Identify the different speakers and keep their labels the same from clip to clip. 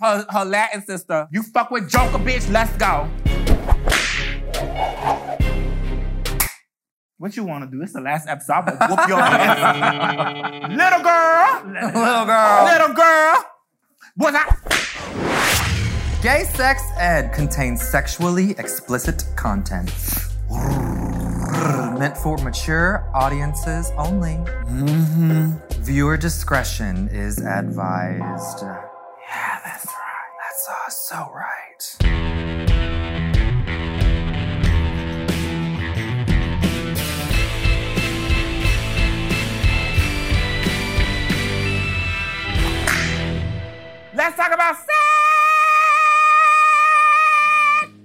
Speaker 1: her, her Latin sister. You fuck with Joker, bitch. Let's go. What you want to do? It's the last episode. I'm gonna whoop your ass. little girl.
Speaker 2: Little girl.
Speaker 1: Little girl. Was I?
Speaker 2: Gay sex ed contains sexually explicit content. Meant for mature audiences only. Viewer discretion is advised. Yeah, that's right. That's uh, so right.
Speaker 1: Let's talk about sex.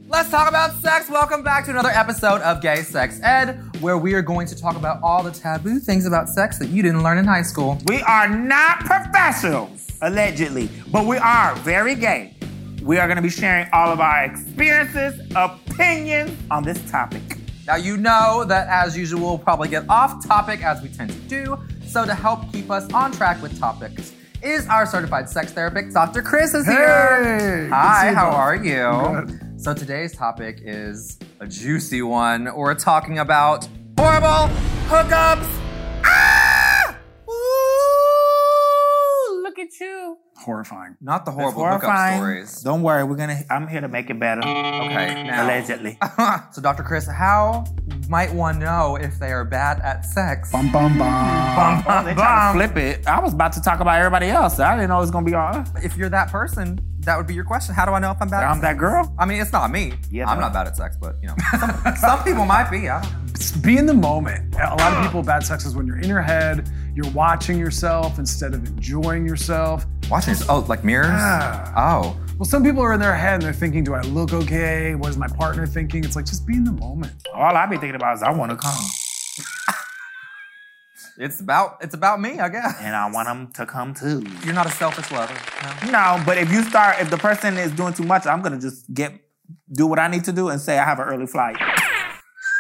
Speaker 2: Let's talk about sex. Welcome back to another episode of Gay Sex Ed, where we are going to talk about all the taboo things about sex that you didn't learn in high school.
Speaker 1: We are not professionals, allegedly, but we are very gay. We are going to be sharing all of our experiences, opinions on this topic.
Speaker 2: Now, you know that as usual, we'll probably get off topic as we tend to do. So, to help keep us on track with topics, is our certified sex therapist, Dr. Chris, is here.
Speaker 3: Hey,
Speaker 2: Hi,
Speaker 3: good to see you
Speaker 2: how
Speaker 3: both.
Speaker 2: are you?
Speaker 3: Good.
Speaker 2: So, today's topic is a juicy one. We're talking about horrible hookups. Ah! Ooh!
Speaker 1: Look at you.
Speaker 3: Horrifying.
Speaker 2: Not the
Speaker 1: That's
Speaker 2: horrible hookup
Speaker 1: horrifying.
Speaker 2: stories.
Speaker 1: Don't worry, we're gonna. I'm here to make it better,
Speaker 2: Okay, now.
Speaker 1: allegedly.
Speaker 2: so, Dr. Chris, how might one know if they are bad at sex?
Speaker 3: Bum bum bum.
Speaker 1: Oh, they trying to flip it. I was about to talk about everybody else. I didn't know it was gonna be all. us.
Speaker 2: If you're that person, that would be your question. How do I know if I'm bad at
Speaker 1: I'm
Speaker 2: sex?
Speaker 1: that girl.
Speaker 2: I mean, it's not me.
Speaker 1: Yeah,
Speaker 2: I'm
Speaker 1: no.
Speaker 2: not bad at sex, but you know, some, some people might be. I don't-
Speaker 3: Be in the moment. A lot of people, bad sex is when you're in your head, you're watching yourself instead of enjoying yourself.
Speaker 2: Watching this, oh, like mirrors.
Speaker 3: Ah.
Speaker 2: Oh,
Speaker 3: Well, some people are in their head and they're thinking, do I look okay? What is my partner thinking? It's like, just be in the moment.
Speaker 1: All I be thinking about is I want to come,
Speaker 2: it's about it's about me, I guess.
Speaker 1: and I want them to come too.
Speaker 2: You're not a selfish lover. No.
Speaker 1: No, but if you start, if the person is doing too much, I'm gonna just get do what I need to do and say I have an early flight.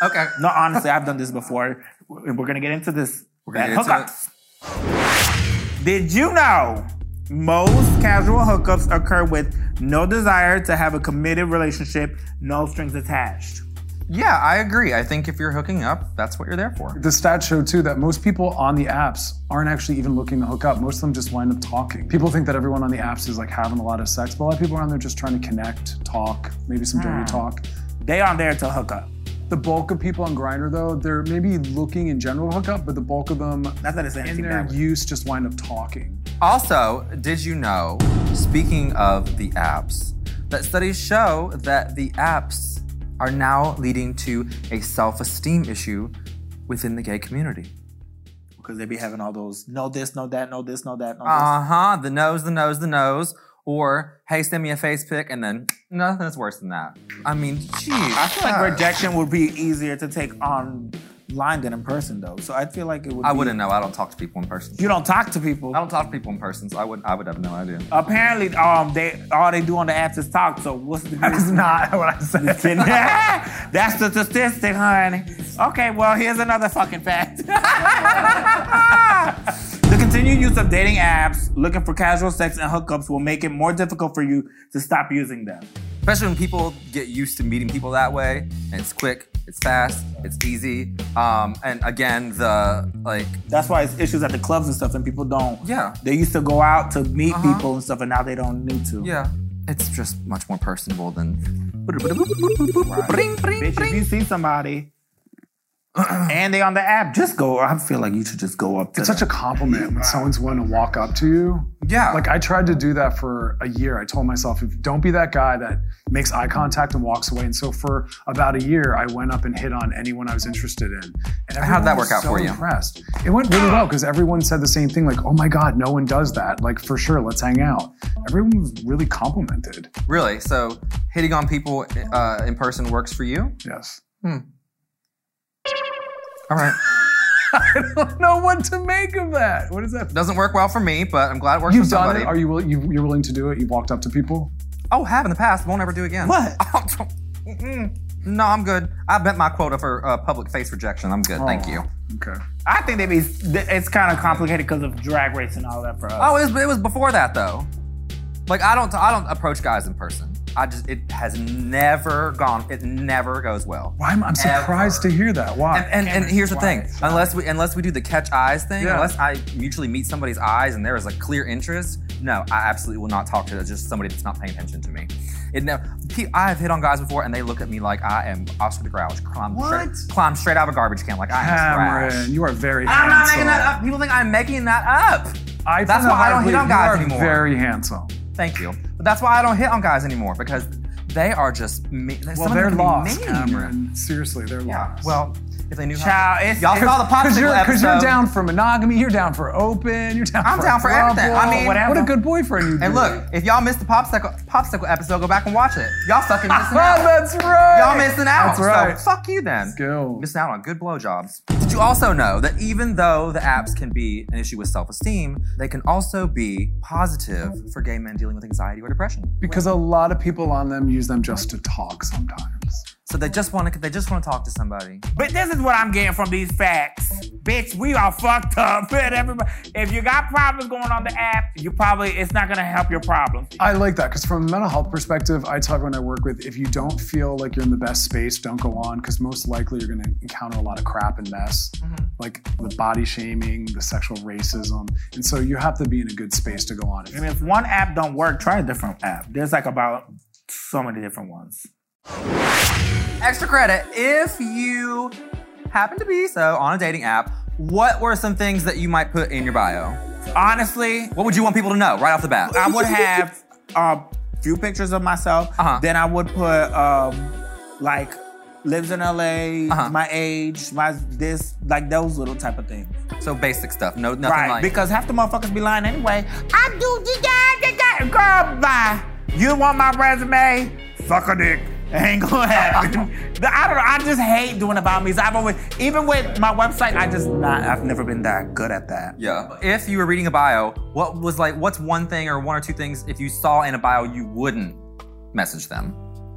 Speaker 2: Okay.
Speaker 1: No, honestly, I've done this before. We're gonna get into this. We're
Speaker 2: gonna get into
Speaker 1: Did you know most casual hookups occur with no desire to have a committed relationship, no strings attached?
Speaker 2: Yeah, I agree. I think if you're hooking up, that's what you're there for.
Speaker 3: The stats show too that most people on the apps aren't actually even looking to hook up. Most of them just wind up talking. People think that everyone on the apps is like having a lot of sex, but a lot of people are on there just trying to connect, talk, maybe some dirty talk.
Speaker 1: They on there to hook up.
Speaker 3: The bulk of people on Grinder though, they're maybe looking in general to hook up, but the bulk of them
Speaker 1: Not that it's anything
Speaker 3: in their
Speaker 1: bad.
Speaker 3: use just wind up talking.
Speaker 2: Also, did you know? Speaking of the apps, that studies show that the apps are now leading to a self-esteem issue within the gay community.
Speaker 1: because they be having all those no this, no that, no this, no that, no
Speaker 2: Uh huh. The nose, the nose, the nose. Or hey, send me a face pic, and then nothing is worse than that. I mean, geez.
Speaker 1: this. I feel like rejection would be easier to take online than in person, though. So I feel like it would.
Speaker 2: I
Speaker 1: be-
Speaker 2: wouldn't know. I don't talk to people in person.
Speaker 1: You don't talk to people.
Speaker 2: I don't talk to people in person, so I would I would have no idea.
Speaker 1: Apparently, um, they all they do on the apps is talk. So what's the that is not what I said. That's the statistic, honey. Okay, well here's another fucking fact. the continued use of dating apps, looking for casual sex and hookups, will make it more difficult for you to stop using them.
Speaker 2: Especially when people get used to meeting people that way, and it's quick, it's fast, it's easy. Um, and again, the like,
Speaker 1: That's why it's issues at the clubs and stuff, and people don't.
Speaker 2: Yeah.
Speaker 1: They used to go out to meet
Speaker 2: Uh-huh.
Speaker 1: people and stuff, and now they don't need to.
Speaker 2: yeah, it's just much more personable than.
Speaker 1: Bitch, if you see somebody and they on the app, just go. I feel like you should just go up to
Speaker 3: It's such a compliment when someone's willing to walk up to you.
Speaker 2: Yeah.
Speaker 3: Like I tried to do that for a year. I told myself, if don't be that guy that makes eye contact and walks away. And so for about a year, I went up and hit on anyone I was interested in. And
Speaker 2: How'd that
Speaker 3: everyone was
Speaker 2: work out
Speaker 3: so
Speaker 2: for you?
Speaker 3: Impressed. It went really well because everyone said the same thing, like, oh my God, no one does that. Like for sure, let's hang out. Everyone was really complimented.
Speaker 2: Really? So hitting on people uh, in person works for you?
Speaker 3: Yes.
Speaker 2: All right.
Speaker 3: I don't know what to make of that. What is that?
Speaker 2: Doesn't work well for me, but I'm glad it works for
Speaker 3: You've done
Speaker 2: somebody.
Speaker 3: it. Are you, will- you you're willing to do it? You've walked up to people?
Speaker 2: oh, have in the past. Won't ever do again.
Speaker 1: What?
Speaker 2: Oh, don't- mm-mm. no, I'm good. I bet my quota for uh, public face rejection. I'm good. Thank
Speaker 3: Oh.
Speaker 2: you.
Speaker 3: Okay.
Speaker 1: I think they be. It's kind of complicated because of drag race and all that for us.
Speaker 2: Oh, it was, it was before that though. Like I don't I don't approach guys in person. I just it has never gone. It never goes well.
Speaker 3: Why am I'm surprised
Speaker 2: Ever.
Speaker 3: to hear that. Why?
Speaker 2: And, and, and here's the thing:
Speaker 1: Cameron's wise.
Speaker 2: unless we unless we do the catch eyes thing,
Speaker 3: Yeah.
Speaker 2: unless I mutually meet somebody's eyes and there is a clear interest, no, I absolutely will not talk to just somebody that's not paying attention to me. It no, pe- I have hit on guys before and they look at me like I am Oscar the Grouch, climb
Speaker 3: What?
Speaker 2: straight, climb straight out of a garbage can, like I am trash.
Speaker 3: Cameron, you are very
Speaker 2: I'm
Speaker 3: handsome.
Speaker 2: not making that up. People think I'm making that up.
Speaker 3: I
Speaker 2: That's
Speaker 3: found
Speaker 2: why I
Speaker 3: out
Speaker 2: don't hit
Speaker 3: lately,
Speaker 2: on
Speaker 3: you
Speaker 2: guys
Speaker 3: are
Speaker 2: anymore.
Speaker 3: Very handsome.
Speaker 2: Thank you. But that's why I don't hit on guys anymore because they are just me- some
Speaker 3: Well,
Speaker 2: of them
Speaker 3: they're
Speaker 2: can be
Speaker 3: lost,
Speaker 2: mean.
Speaker 3: Cameron. Seriously, they're
Speaker 2: Yeah.
Speaker 3: lost.
Speaker 2: Well, if they knew
Speaker 1: Child, it's-
Speaker 2: how y'all saw the
Speaker 1: it's-
Speaker 2: popsicle
Speaker 3: Because you're, 'cause you're
Speaker 2: episode.
Speaker 3: down for monogamy, you're down for open, you're down
Speaker 2: I'm
Speaker 3: for
Speaker 2: down for
Speaker 3: trouble.
Speaker 2: everything. I mean,
Speaker 3: what
Speaker 1: whatever.
Speaker 3: a good boyfriend you
Speaker 2: And
Speaker 3: do.
Speaker 2: look, if y'all missed the popsicle popsicle episode, go back and watch it. Y'all fucking missing
Speaker 3: Ah,
Speaker 2: out.
Speaker 3: that's right.
Speaker 2: Y'all missing out.
Speaker 3: That's right.
Speaker 2: So fuck you then.
Speaker 3: Go.
Speaker 2: Missing out on good blowjobs. Did you also know that even though the apps can be an issue with self-esteem, they can also be positive for gay men dealing with anxiety or depression.
Speaker 3: Because a lot of people on them use them just to talk sometimes.
Speaker 2: So they just want to they just want to talk to somebody.
Speaker 1: But this is what I'm getting from these facts. Bitch, we are fucked up. And everybody, if you got problems going on the app, you probably, it's not gonna help your problems.
Speaker 3: I like that because from a mental health perspective, I tell everyone I work with if you don't feel like you're in the best space, don't go on because most likely you're going to encounter a lot of crap and mess, like the body shaming, the sexual racism, and so you have to be in a good space to go on.
Speaker 1: And if one app don't work, try a different app. There's like about so many different ones.
Speaker 2: Extra credit, if you happen to be so on a dating app, what were some things that you might put in your bio?
Speaker 1: Honestly,
Speaker 2: What would you want people to know right off the bat?
Speaker 1: I would have a few pictures of myself.
Speaker 2: Uh-huh.
Speaker 1: Then I would put um, like lives in LA,
Speaker 2: Uh-huh.
Speaker 1: my age, my this, like those little type of things.
Speaker 2: So basic stuff. No, nothing
Speaker 1: right?
Speaker 2: like.
Speaker 1: because half the motherfuckers be lying anyway. I do the guy, the guy, girl, bye. You want my resume? Suck a dick. Ain't gonna happen. The- I don't know. I just hate doing about me's. I've always, even with my website, I just not. I've never been that good at that.
Speaker 2: yeah. If you were reading a bio, what was like? What's one thing or one or two things if you saw in a bio you wouldn't message them?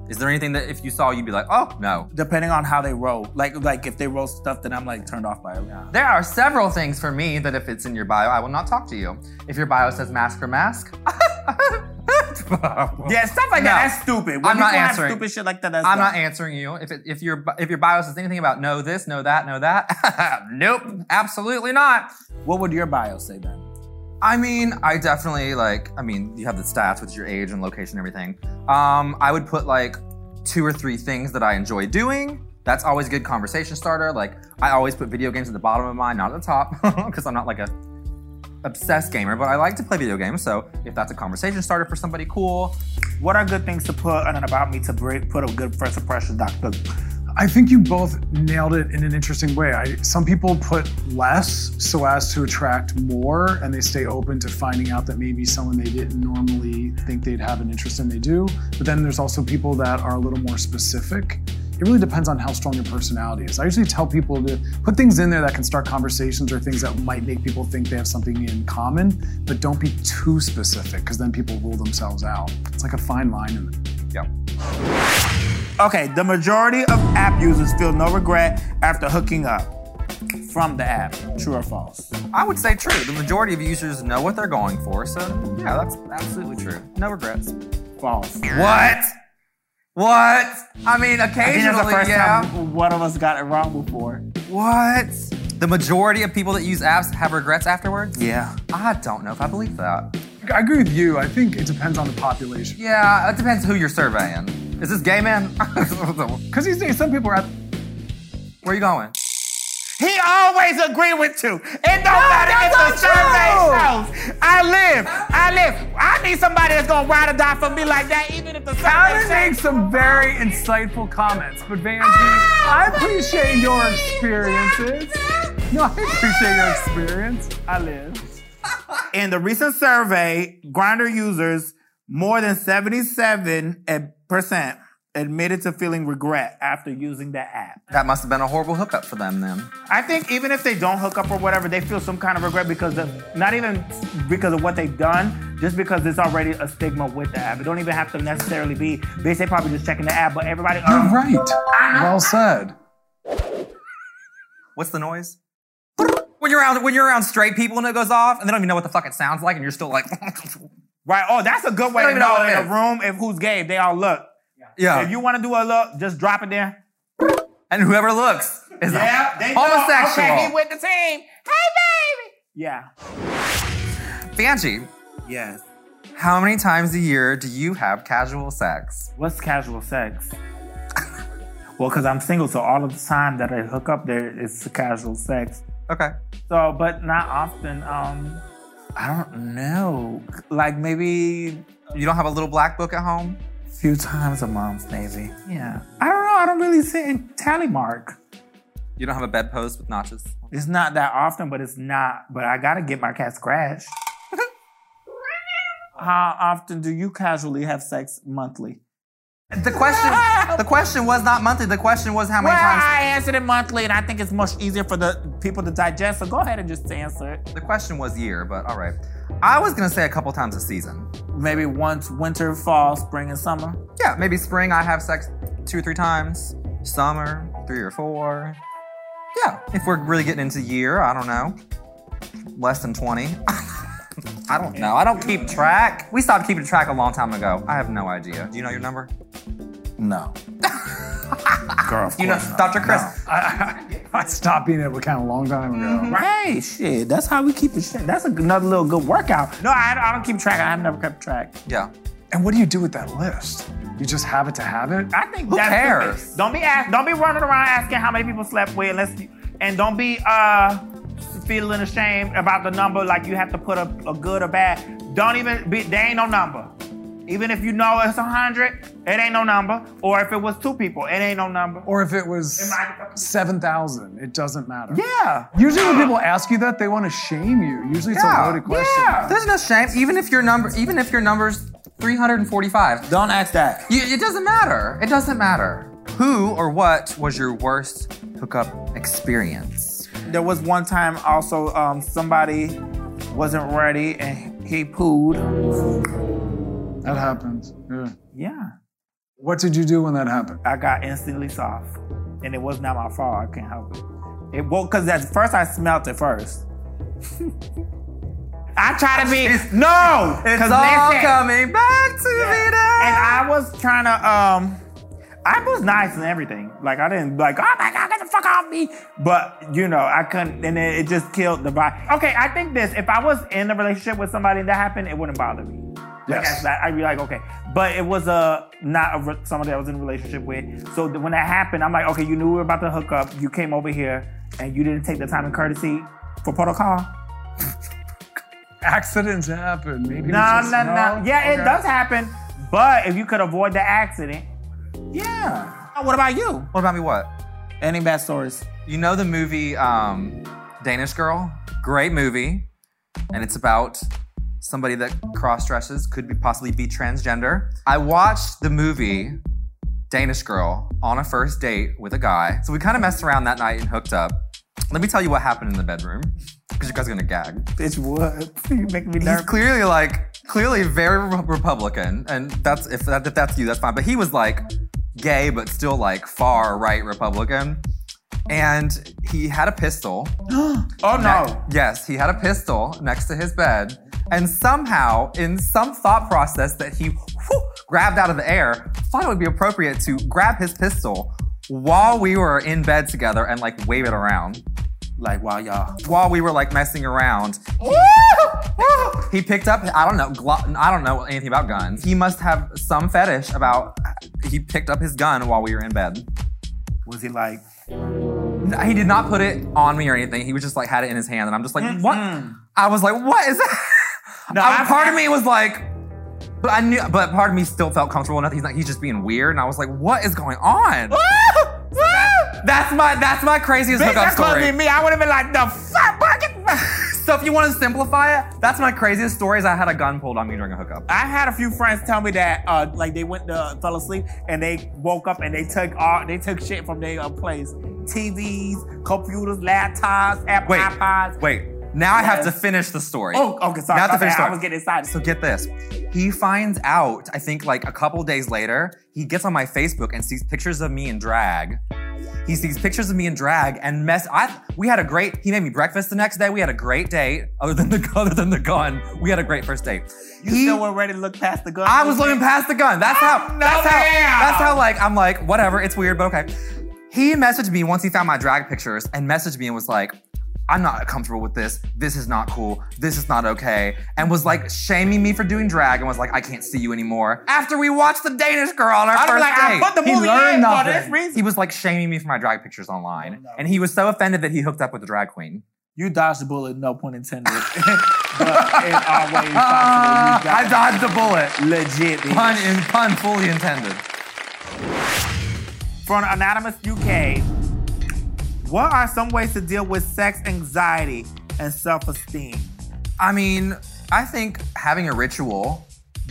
Speaker 2: Is there anything that if you saw you'd be like, oh no?
Speaker 1: Depending on how they roll, like like if they roll stuff, then I'm like turned off by it.
Speaker 2: There are several things for me that if it's in your bio, I will not talk to you. If your bio says mask or mask,
Speaker 1: Yeah, stuff like
Speaker 2: No.
Speaker 1: that. That's stupid. When
Speaker 2: I'm not
Speaker 1: people have
Speaker 2: answering.
Speaker 1: Stupid shit like that. That's
Speaker 2: I'm not
Speaker 1: dumb.
Speaker 2: answering you. If it, if your if your bio says anything about know this, know that, know that, nope, absolutely not.
Speaker 1: What would your bio say then?
Speaker 2: I mean, I definitely like. I mean, you have the stats with your age and location and everything. Um, I would put like two or three things that I enjoy doing. That's always a good conversation starter. Like I always put video games at the bottom of mine, not at the top, because I'm not like a obsessed gamer, but I like to play video games. So if that's a conversation starter for somebody, cool.
Speaker 1: What are good things to put on and about me to break, put a good first impression, doctor?
Speaker 3: I think you both nailed it in an interesting way. I, some people put less so as to attract more, and they stay open to finding out that maybe someone they didn't normally think they'd have an interest in, they do. But then there's also people that are a little more specific. It really depends on how strong your personality is. I usually tell people to put things in there that can start conversations or things that might make people think they have something in common, but don't be too specific because then people rule themselves out. It's like a fine line in the
Speaker 2: Yeah.
Speaker 1: Okay, the majority of app users feel no regret after hooking up from the app. True or false?
Speaker 2: I would say true. The majority of users know what they're going for, so yeah, that's absolutely true. No regrets.
Speaker 1: False.
Speaker 2: What? What? I mean,
Speaker 1: I think that's the
Speaker 2: occasionally,
Speaker 1: first
Speaker 2: yeah.
Speaker 1: time one of us got it wrong before.
Speaker 2: What? The majority of people that use apps have regrets afterwards?
Speaker 1: Yeah.
Speaker 2: I don't know if I believe that.
Speaker 3: I agree with you. I think it depends on the population.
Speaker 2: Yeah, it depends who you're surveying. Is this gay man? Where
Speaker 3: Because these days, some people are at.
Speaker 2: you going?
Speaker 1: He always agree with you. It don't matter if the
Speaker 2: that's not
Speaker 1: survey shows. I live. I live. I need somebody that's gonna ride or die for me like that, even if the survey
Speaker 3: Alan
Speaker 1: shows.
Speaker 3: makes some very insightful comments, but Vanji,
Speaker 1: Ah,
Speaker 3: I appreciate your experiences. No, I appreciate your experience.
Speaker 1: I live. In the recent survey, Grinder users, more than 77% admitted to feeling regret after using the app.
Speaker 2: That must have been a horrible hookup for them then.
Speaker 1: I think even if they don't hook up or whatever, they feel some kind of regret because of not even because of what they've done, just because it's already a stigma with the app. It don't even have to necessarily be bitch, they probably just checking the app, but everybody um,
Speaker 3: You're right.
Speaker 1: Ah.
Speaker 3: Well said.
Speaker 2: What's the noise? When you're around when you're around straight people and it goes off and they don't even know what the fuck it sounds like and you're still like
Speaker 1: Right. Oh, that's a good way
Speaker 2: don't
Speaker 1: to
Speaker 2: even know
Speaker 1: know
Speaker 2: what it
Speaker 1: in a room if who's gay. if They all look.
Speaker 2: Yeah.
Speaker 1: If you want to do a look, just drop it there.
Speaker 2: and whoever looks is
Speaker 1: Yeah, they know.
Speaker 2: homosexual.
Speaker 1: Okay, he with the team. Hey, baby. Yeah.
Speaker 2: Angie,
Speaker 1: Yes.
Speaker 2: how many times a year do you have casual sex?
Speaker 1: What's casual sex? well, because I'm single, so all of the time that I hook up there is casual sex.
Speaker 2: Okay.
Speaker 1: So, but not often. Um, I don't know. Like maybe
Speaker 2: You don't have a little black book at home?
Speaker 1: a few times a month, maybe. Yeah. I don't know. I don't really sit in tally mark.
Speaker 2: You don't have a bedpost with notches?
Speaker 1: It's not that often, but it's not. But I gotta get my cat scratched. How often do you casually have sex monthly?
Speaker 2: The question the question was not monthly, the question was how many
Speaker 1: Well,
Speaker 2: times
Speaker 1: I answered it monthly, and I think it's much easier for the people to digest. So go ahead and just answer it.
Speaker 2: the question was year, but all right. I was gonna say a couple times a season.
Speaker 1: Maybe once winter, fall, spring, and summer.
Speaker 2: Yeah, maybe spring I have sex two or three times. Summer, three or four. Yeah. If we're really getting into year, I don't know. Less than 20. I don't know. I don't keep track. We stopped keeping track a long time ago. I have no idea. Do you know your number?
Speaker 1: No. Girl, of
Speaker 2: You know, Dr. Chris.
Speaker 3: I, I, I stopped being able to count a long time
Speaker 1: Mm-hmm.
Speaker 3: ago.
Speaker 1: Hey, shit. That's how we keep it. Shit. That's another little good workout. No, I, I don't keep track. I've never kept track.
Speaker 2: Yeah.
Speaker 3: And what do you do with that list? You just have it to have it?
Speaker 1: I think
Speaker 2: Who
Speaker 1: that's the
Speaker 2: cares?
Speaker 1: thing. Don't be ask, don't be running around asking how many people slept with, unless you, and don't be uh feeling ashamed about the number. Like you have to put a, a good or bad. Don't even be. There ain't no number. Even if you know it's a hundred, it ain't no number. Or if it was two people, it ain't no number.
Speaker 3: Or if it was
Speaker 1: Am I-
Speaker 3: 7,000, it doesn't matter.
Speaker 1: Yeah.
Speaker 3: Usually when people ask you that, they want to shame you. Usually it's
Speaker 2: Yeah.
Speaker 3: a loaded question.
Speaker 1: Yeah.
Speaker 2: There's no shame, even if your number, even if your number's 345.
Speaker 1: Don't ask that.
Speaker 2: You, it doesn't matter. It doesn't matter. Who or what was your worst hookup experience?
Speaker 1: There was one time also um, somebody wasn't ready and he pooed.
Speaker 3: That happens. Yeah.
Speaker 1: Yeah.
Speaker 3: What did you do when that happened?
Speaker 1: I got instantly soft, and it was not my fault. I can't help it. It woke because at first I smelt it first. I try to be no,
Speaker 2: It's all
Speaker 1: because listen,
Speaker 2: coming back to me now.
Speaker 1: and I was trying to um, I was nice and everything. Like I didn't like, oh my god, get the fuck off me. But you know, I couldn't, and it, it just killed the vibe. Okay, I think this. If I was in a relationship with somebody and that happened, it wouldn't bother me. Like,
Speaker 3: Yes.
Speaker 1: I- I- I'd be like, okay. But it was uh, not a, re- somebody I was in a relationship with. So th- when that happened, I'm like, okay, you knew we were about to hook up. You came over here and you didn't take the time and courtesy for protocol.
Speaker 3: Accidents happen. Maybe we
Speaker 1: No,
Speaker 3: just-
Speaker 1: no, no. Yeah, it
Speaker 3: Okay.
Speaker 1: does happen. But if you could avoid the accident, yeah. What about you?
Speaker 2: What about me? What?
Speaker 1: Any bad stories?
Speaker 2: You know the movie um, Danish Girl? Great movie. And it's about somebody that cross dresses, could be possibly be transgender. I watched the movie Danish Girl on a first date with a guy. So we kind of messed around that night and hooked up. Let me tell you what happened in the bedroom, because you guys are gonna gag.
Speaker 1: Bitch, what? You make me
Speaker 2: He's
Speaker 1: nervous.
Speaker 2: clearly like clearly very re- Republican, and that's if, that, if that's you, that's fine. But he was like gay, but still like far right Republican, and he had a pistol.
Speaker 1: Oh
Speaker 2: Ne-
Speaker 1: no.
Speaker 2: yes, he had a pistol next to his bed, and somehow, in some thought process that he whew, grabbed out of the air, thought it would be appropriate to grab his pistol while we were in bed together and like wave it around
Speaker 1: Like wow, y'all.
Speaker 2: while we were like messing around. He picked up, I don't know, glo- I don't know anything about guns. He must have some fetish about, he picked up his gun while we were in bed.
Speaker 1: Was he like?
Speaker 2: He did not put it on me or anything. He was just like, had it in his hand. And I'm just like, what? I was like, what is that?
Speaker 1: Mm-hmm. No,
Speaker 2: I-
Speaker 1: I've-
Speaker 2: part of me was like, but I knew, but part of me still felt comfortable enough. He's like, he's just being weird. And I was like, what is going on? that's my, that's my craziest
Speaker 1: Bitch,
Speaker 2: hookup
Speaker 1: that's
Speaker 2: story.
Speaker 1: supposed to be me. I would have been like, the fuck, boy, get
Speaker 2: So if you want to simplify it, that's my craziest story is I had a gun pulled on me during a hookup.
Speaker 1: I had a few friends tell me that, uh, like they went to fell asleep and they woke up and they took all they took shit from their uh, place, TVs, computers, laptops, Apple
Speaker 2: Wait,
Speaker 1: iPods.
Speaker 2: wait. Now I have
Speaker 1: Yes.
Speaker 2: to finish the story.
Speaker 1: Oh, okay, sorry.
Speaker 2: Not
Speaker 1: my
Speaker 2: the first
Speaker 1: bad.
Speaker 2: story.
Speaker 1: I was getting excited.
Speaker 2: So get this. He finds out, I think like a couple days later, he gets on my Facebook and sees pictures of me in drag He sees pictures of me in drag and mess. I we had a great. He made me breakfast the next day. We had a great date. Other than the other than the gun, we had a great first date.
Speaker 1: You
Speaker 2: He-
Speaker 1: still were ready to look past the gun.
Speaker 2: I was looking past the gun. That's how.
Speaker 1: Oh, no,
Speaker 2: that's how.
Speaker 1: ma'am.
Speaker 2: That's how. Like I'm like whatever. It's weird, but okay. He messaged me once he found my drag pictures and messaged me and was like, "I'm not comfortable with this. This is not cool. This is not okay." And was like shaming me for doing drag and was like, "I can't see you anymore." After we watched the Danish Girl on our
Speaker 1: I was
Speaker 2: first
Speaker 1: like,
Speaker 2: date,
Speaker 1: I put the
Speaker 3: He
Speaker 1: movie
Speaker 3: learned
Speaker 1: in for
Speaker 3: nothing.
Speaker 1: this reason.
Speaker 2: he was like shaming me for my drag pictures online,
Speaker 1: Oh, no.
Speaker 2: and he was so offended that he hooked up with a drag queen.
Speaker 1: You dodged the bullet, no pun intended. but in all ways
Speaker 2: Ah,
Speaker 1: possible,
Speaker 2: I
Speaker 1: you
Speaker 2: dodged a bullet.
Speaker 1: got legit. bitch.
Speaker 2: Pun in pun fully intended.
Speaker 1: From Anonymous UK, what are some ways to deal with sex anxiety and self-esteem?
Speaker 2: I mean, I think having a ritual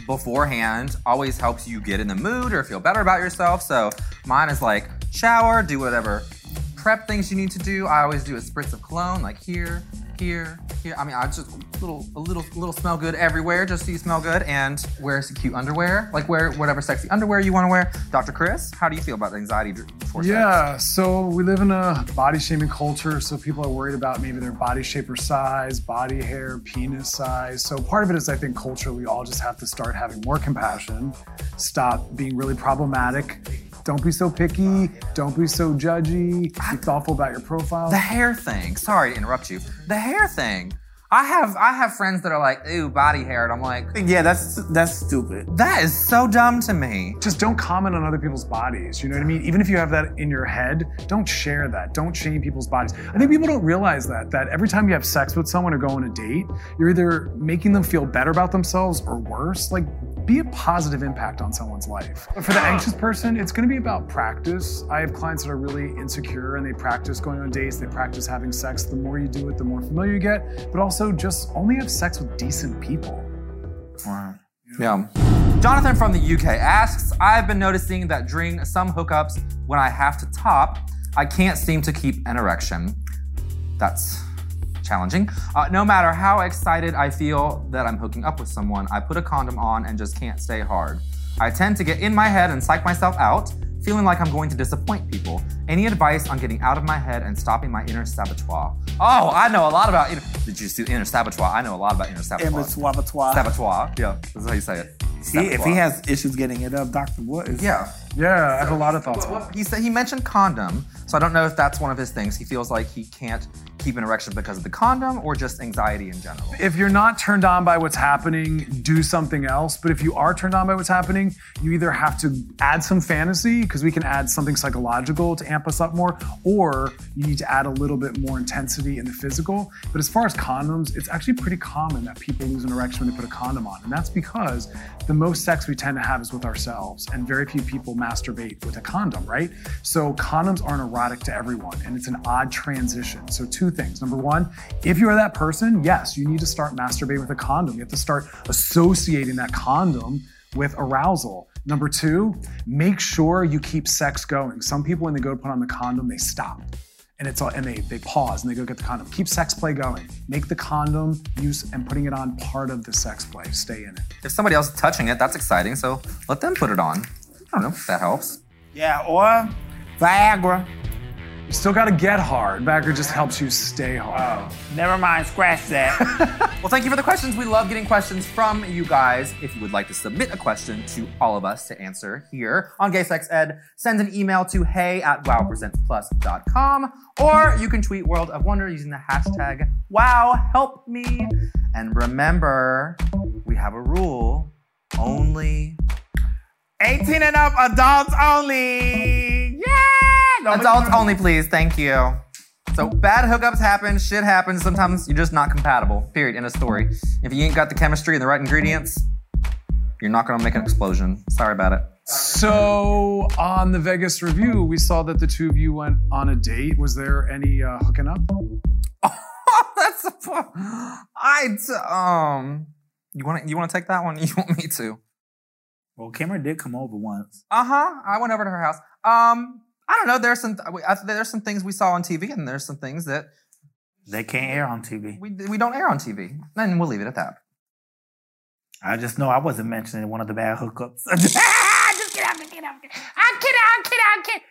Speaker 2: beforehand always helps you get in the mood or feel better about yourself. So mine is like shower, do whatever prep things you need to do. I always do a spritz of cologne, like here, here, here. I mean, I just little a little little smell good everywhere, just so you smell good, and wear some cute underwear, like wear whatever sexy underwear you want to wear. Dr. Chris, how do you feel about anxiety dr- before sex?
Speaker 3: Yeah, so we live in a body shaming culture, so people are worried about maybe their body shape or size, body hair, penis size. So part of it is, I think, culture, we all just have to start having more compassion, stop being really problematic. Don't be so picky. Don't be so judgy. Be thoughtful about your profile.
Speaker 2: The hair thing. Sorry to interrupt you. The hair thing. I have I have friends that are like, ooh, body hair, and I'm like,
Speaker 1: Yeah, that's that's stupid.
Speaker 2: That is so dumb to me.
Speaker 3: just don't comment on other people's bodies. You know what I mean? Even if you have that in your head, don't share that. Don't shame people's bodies. I think people don't realize that that every time you have sex with someone or go on a date, you're either making them feel better about themselves or worse. Like be a positive impact on someone's life. But for the anxious person, it's going to be about practice. I have clients that are really insecure and they practice going on dates, they practice having sex. The more you do it, the more familiar you get, but also just only have sex with decent people.
Speaker 2: Yeah. Jonathan from the UK asks I've been noticing that during some hookups, when I have to top, I can't seem to keep an erection. That's challenging. Uh, no matter how excited I feel that I'm hooking up with someone, I put a condom on and just can't stay hard. I tend to get in my head and psych myself out, feeling like I'm going to disappoint people. Any advice on getting out of my head and stopping my inner saboteur? Oh, I know a lot about inner. Did you see inner saboteur? I know a lot about inner saboteur.
Speaker 1: Emma Suavatoire.
Speaker 2: Saboteur. Yeah, that's how you say it.
Speaker 1: He, if he
Speaker 2: Saboteur.
Speaker 1: has issues getting it up, Dr. Wood is.
Speaker 2: yeah.
Speaker 3: Yeah, I have a lot of thoughts on that.
Speaker 2: He said he mentioned condom, so I don't know if that's one of his things. He feels like he can't keep an erection because of the condom or just anxiety in general.
Speaker 3: if you're not turned on by what's happening, do something else. But if you are turned on by what's happening, you either have to add some fantasy because we can add something psychological to amp us up more, or you need to add a little bit more intensity in the physical. But as far as condoms, it's actually pretty common that people lose an erection when they put a condom on. And that's because the most sex we tend to have is with ourselves, and very few people masturbate with a condom, right? So condoms aren't erotic to everyone, and it's an odd transition. So, two things. Number one, if you are that person, yes, you need to start masturbating with a condom. You have to start associating that condom with arousal. Number two, make sure you keep sex going. Some people, when they go to put on the condom, they stop. And it's all, and they, they pause and they go get the condom. Keep sex play going. Make the condom use and putting it on part of the sex play. Stay in it.
Speaker 2: If somebody else is touching it, that's exciting, so let them put it on. I don't know if that helps.
Speaker 1: Yeah, or Viagra.
Speaker 3: You still gotta get hard. Bagger just helps you stay hard.
Speaker 1: Never mind, scratch that.
Speaker 2: Well, thank you for the questions. We love getting questions from you guys. If you would like to submit a question to all of us to answer here on Gay Sex Ed, send an email to hey at wowpresentplus.com or you can tweet World of Wonder using the hashtag wowhelpme. And remember, we have a rule only.
Speaker 1: 18 and up, adults only. Yeah! Don't be-
Speaker 2: Adults only, please. Thank you. So bad hookups happen, shit happens. Sometimes you're just not compatible. Period. End of story. If you ain't got the chemistry and the right ingredients, you're not gonna make an explosion. Sorry about it.
Speaker 3: So on the Vegas review, we saw that the two of you went on a date. Was there any uh, hooking up?
Speaker 2: That's a po- I d- um. You want to you want to take that one? You want me to?
Speaker 1: Well, Cameron did come over once.
Speaker 2: Uh huh. I went over to her house. Um. I don't know. There's some I, there's some things we saw on TV, and there's some things that
Speaker 1: They can't air on TV.
Speaker 2: we we don't air on TV. And we'll leave it at that.
Speaker 1: I just know I wasn't mentioning one of the bad hookups. just get out, get out, get out. I kid, I kid, I kid.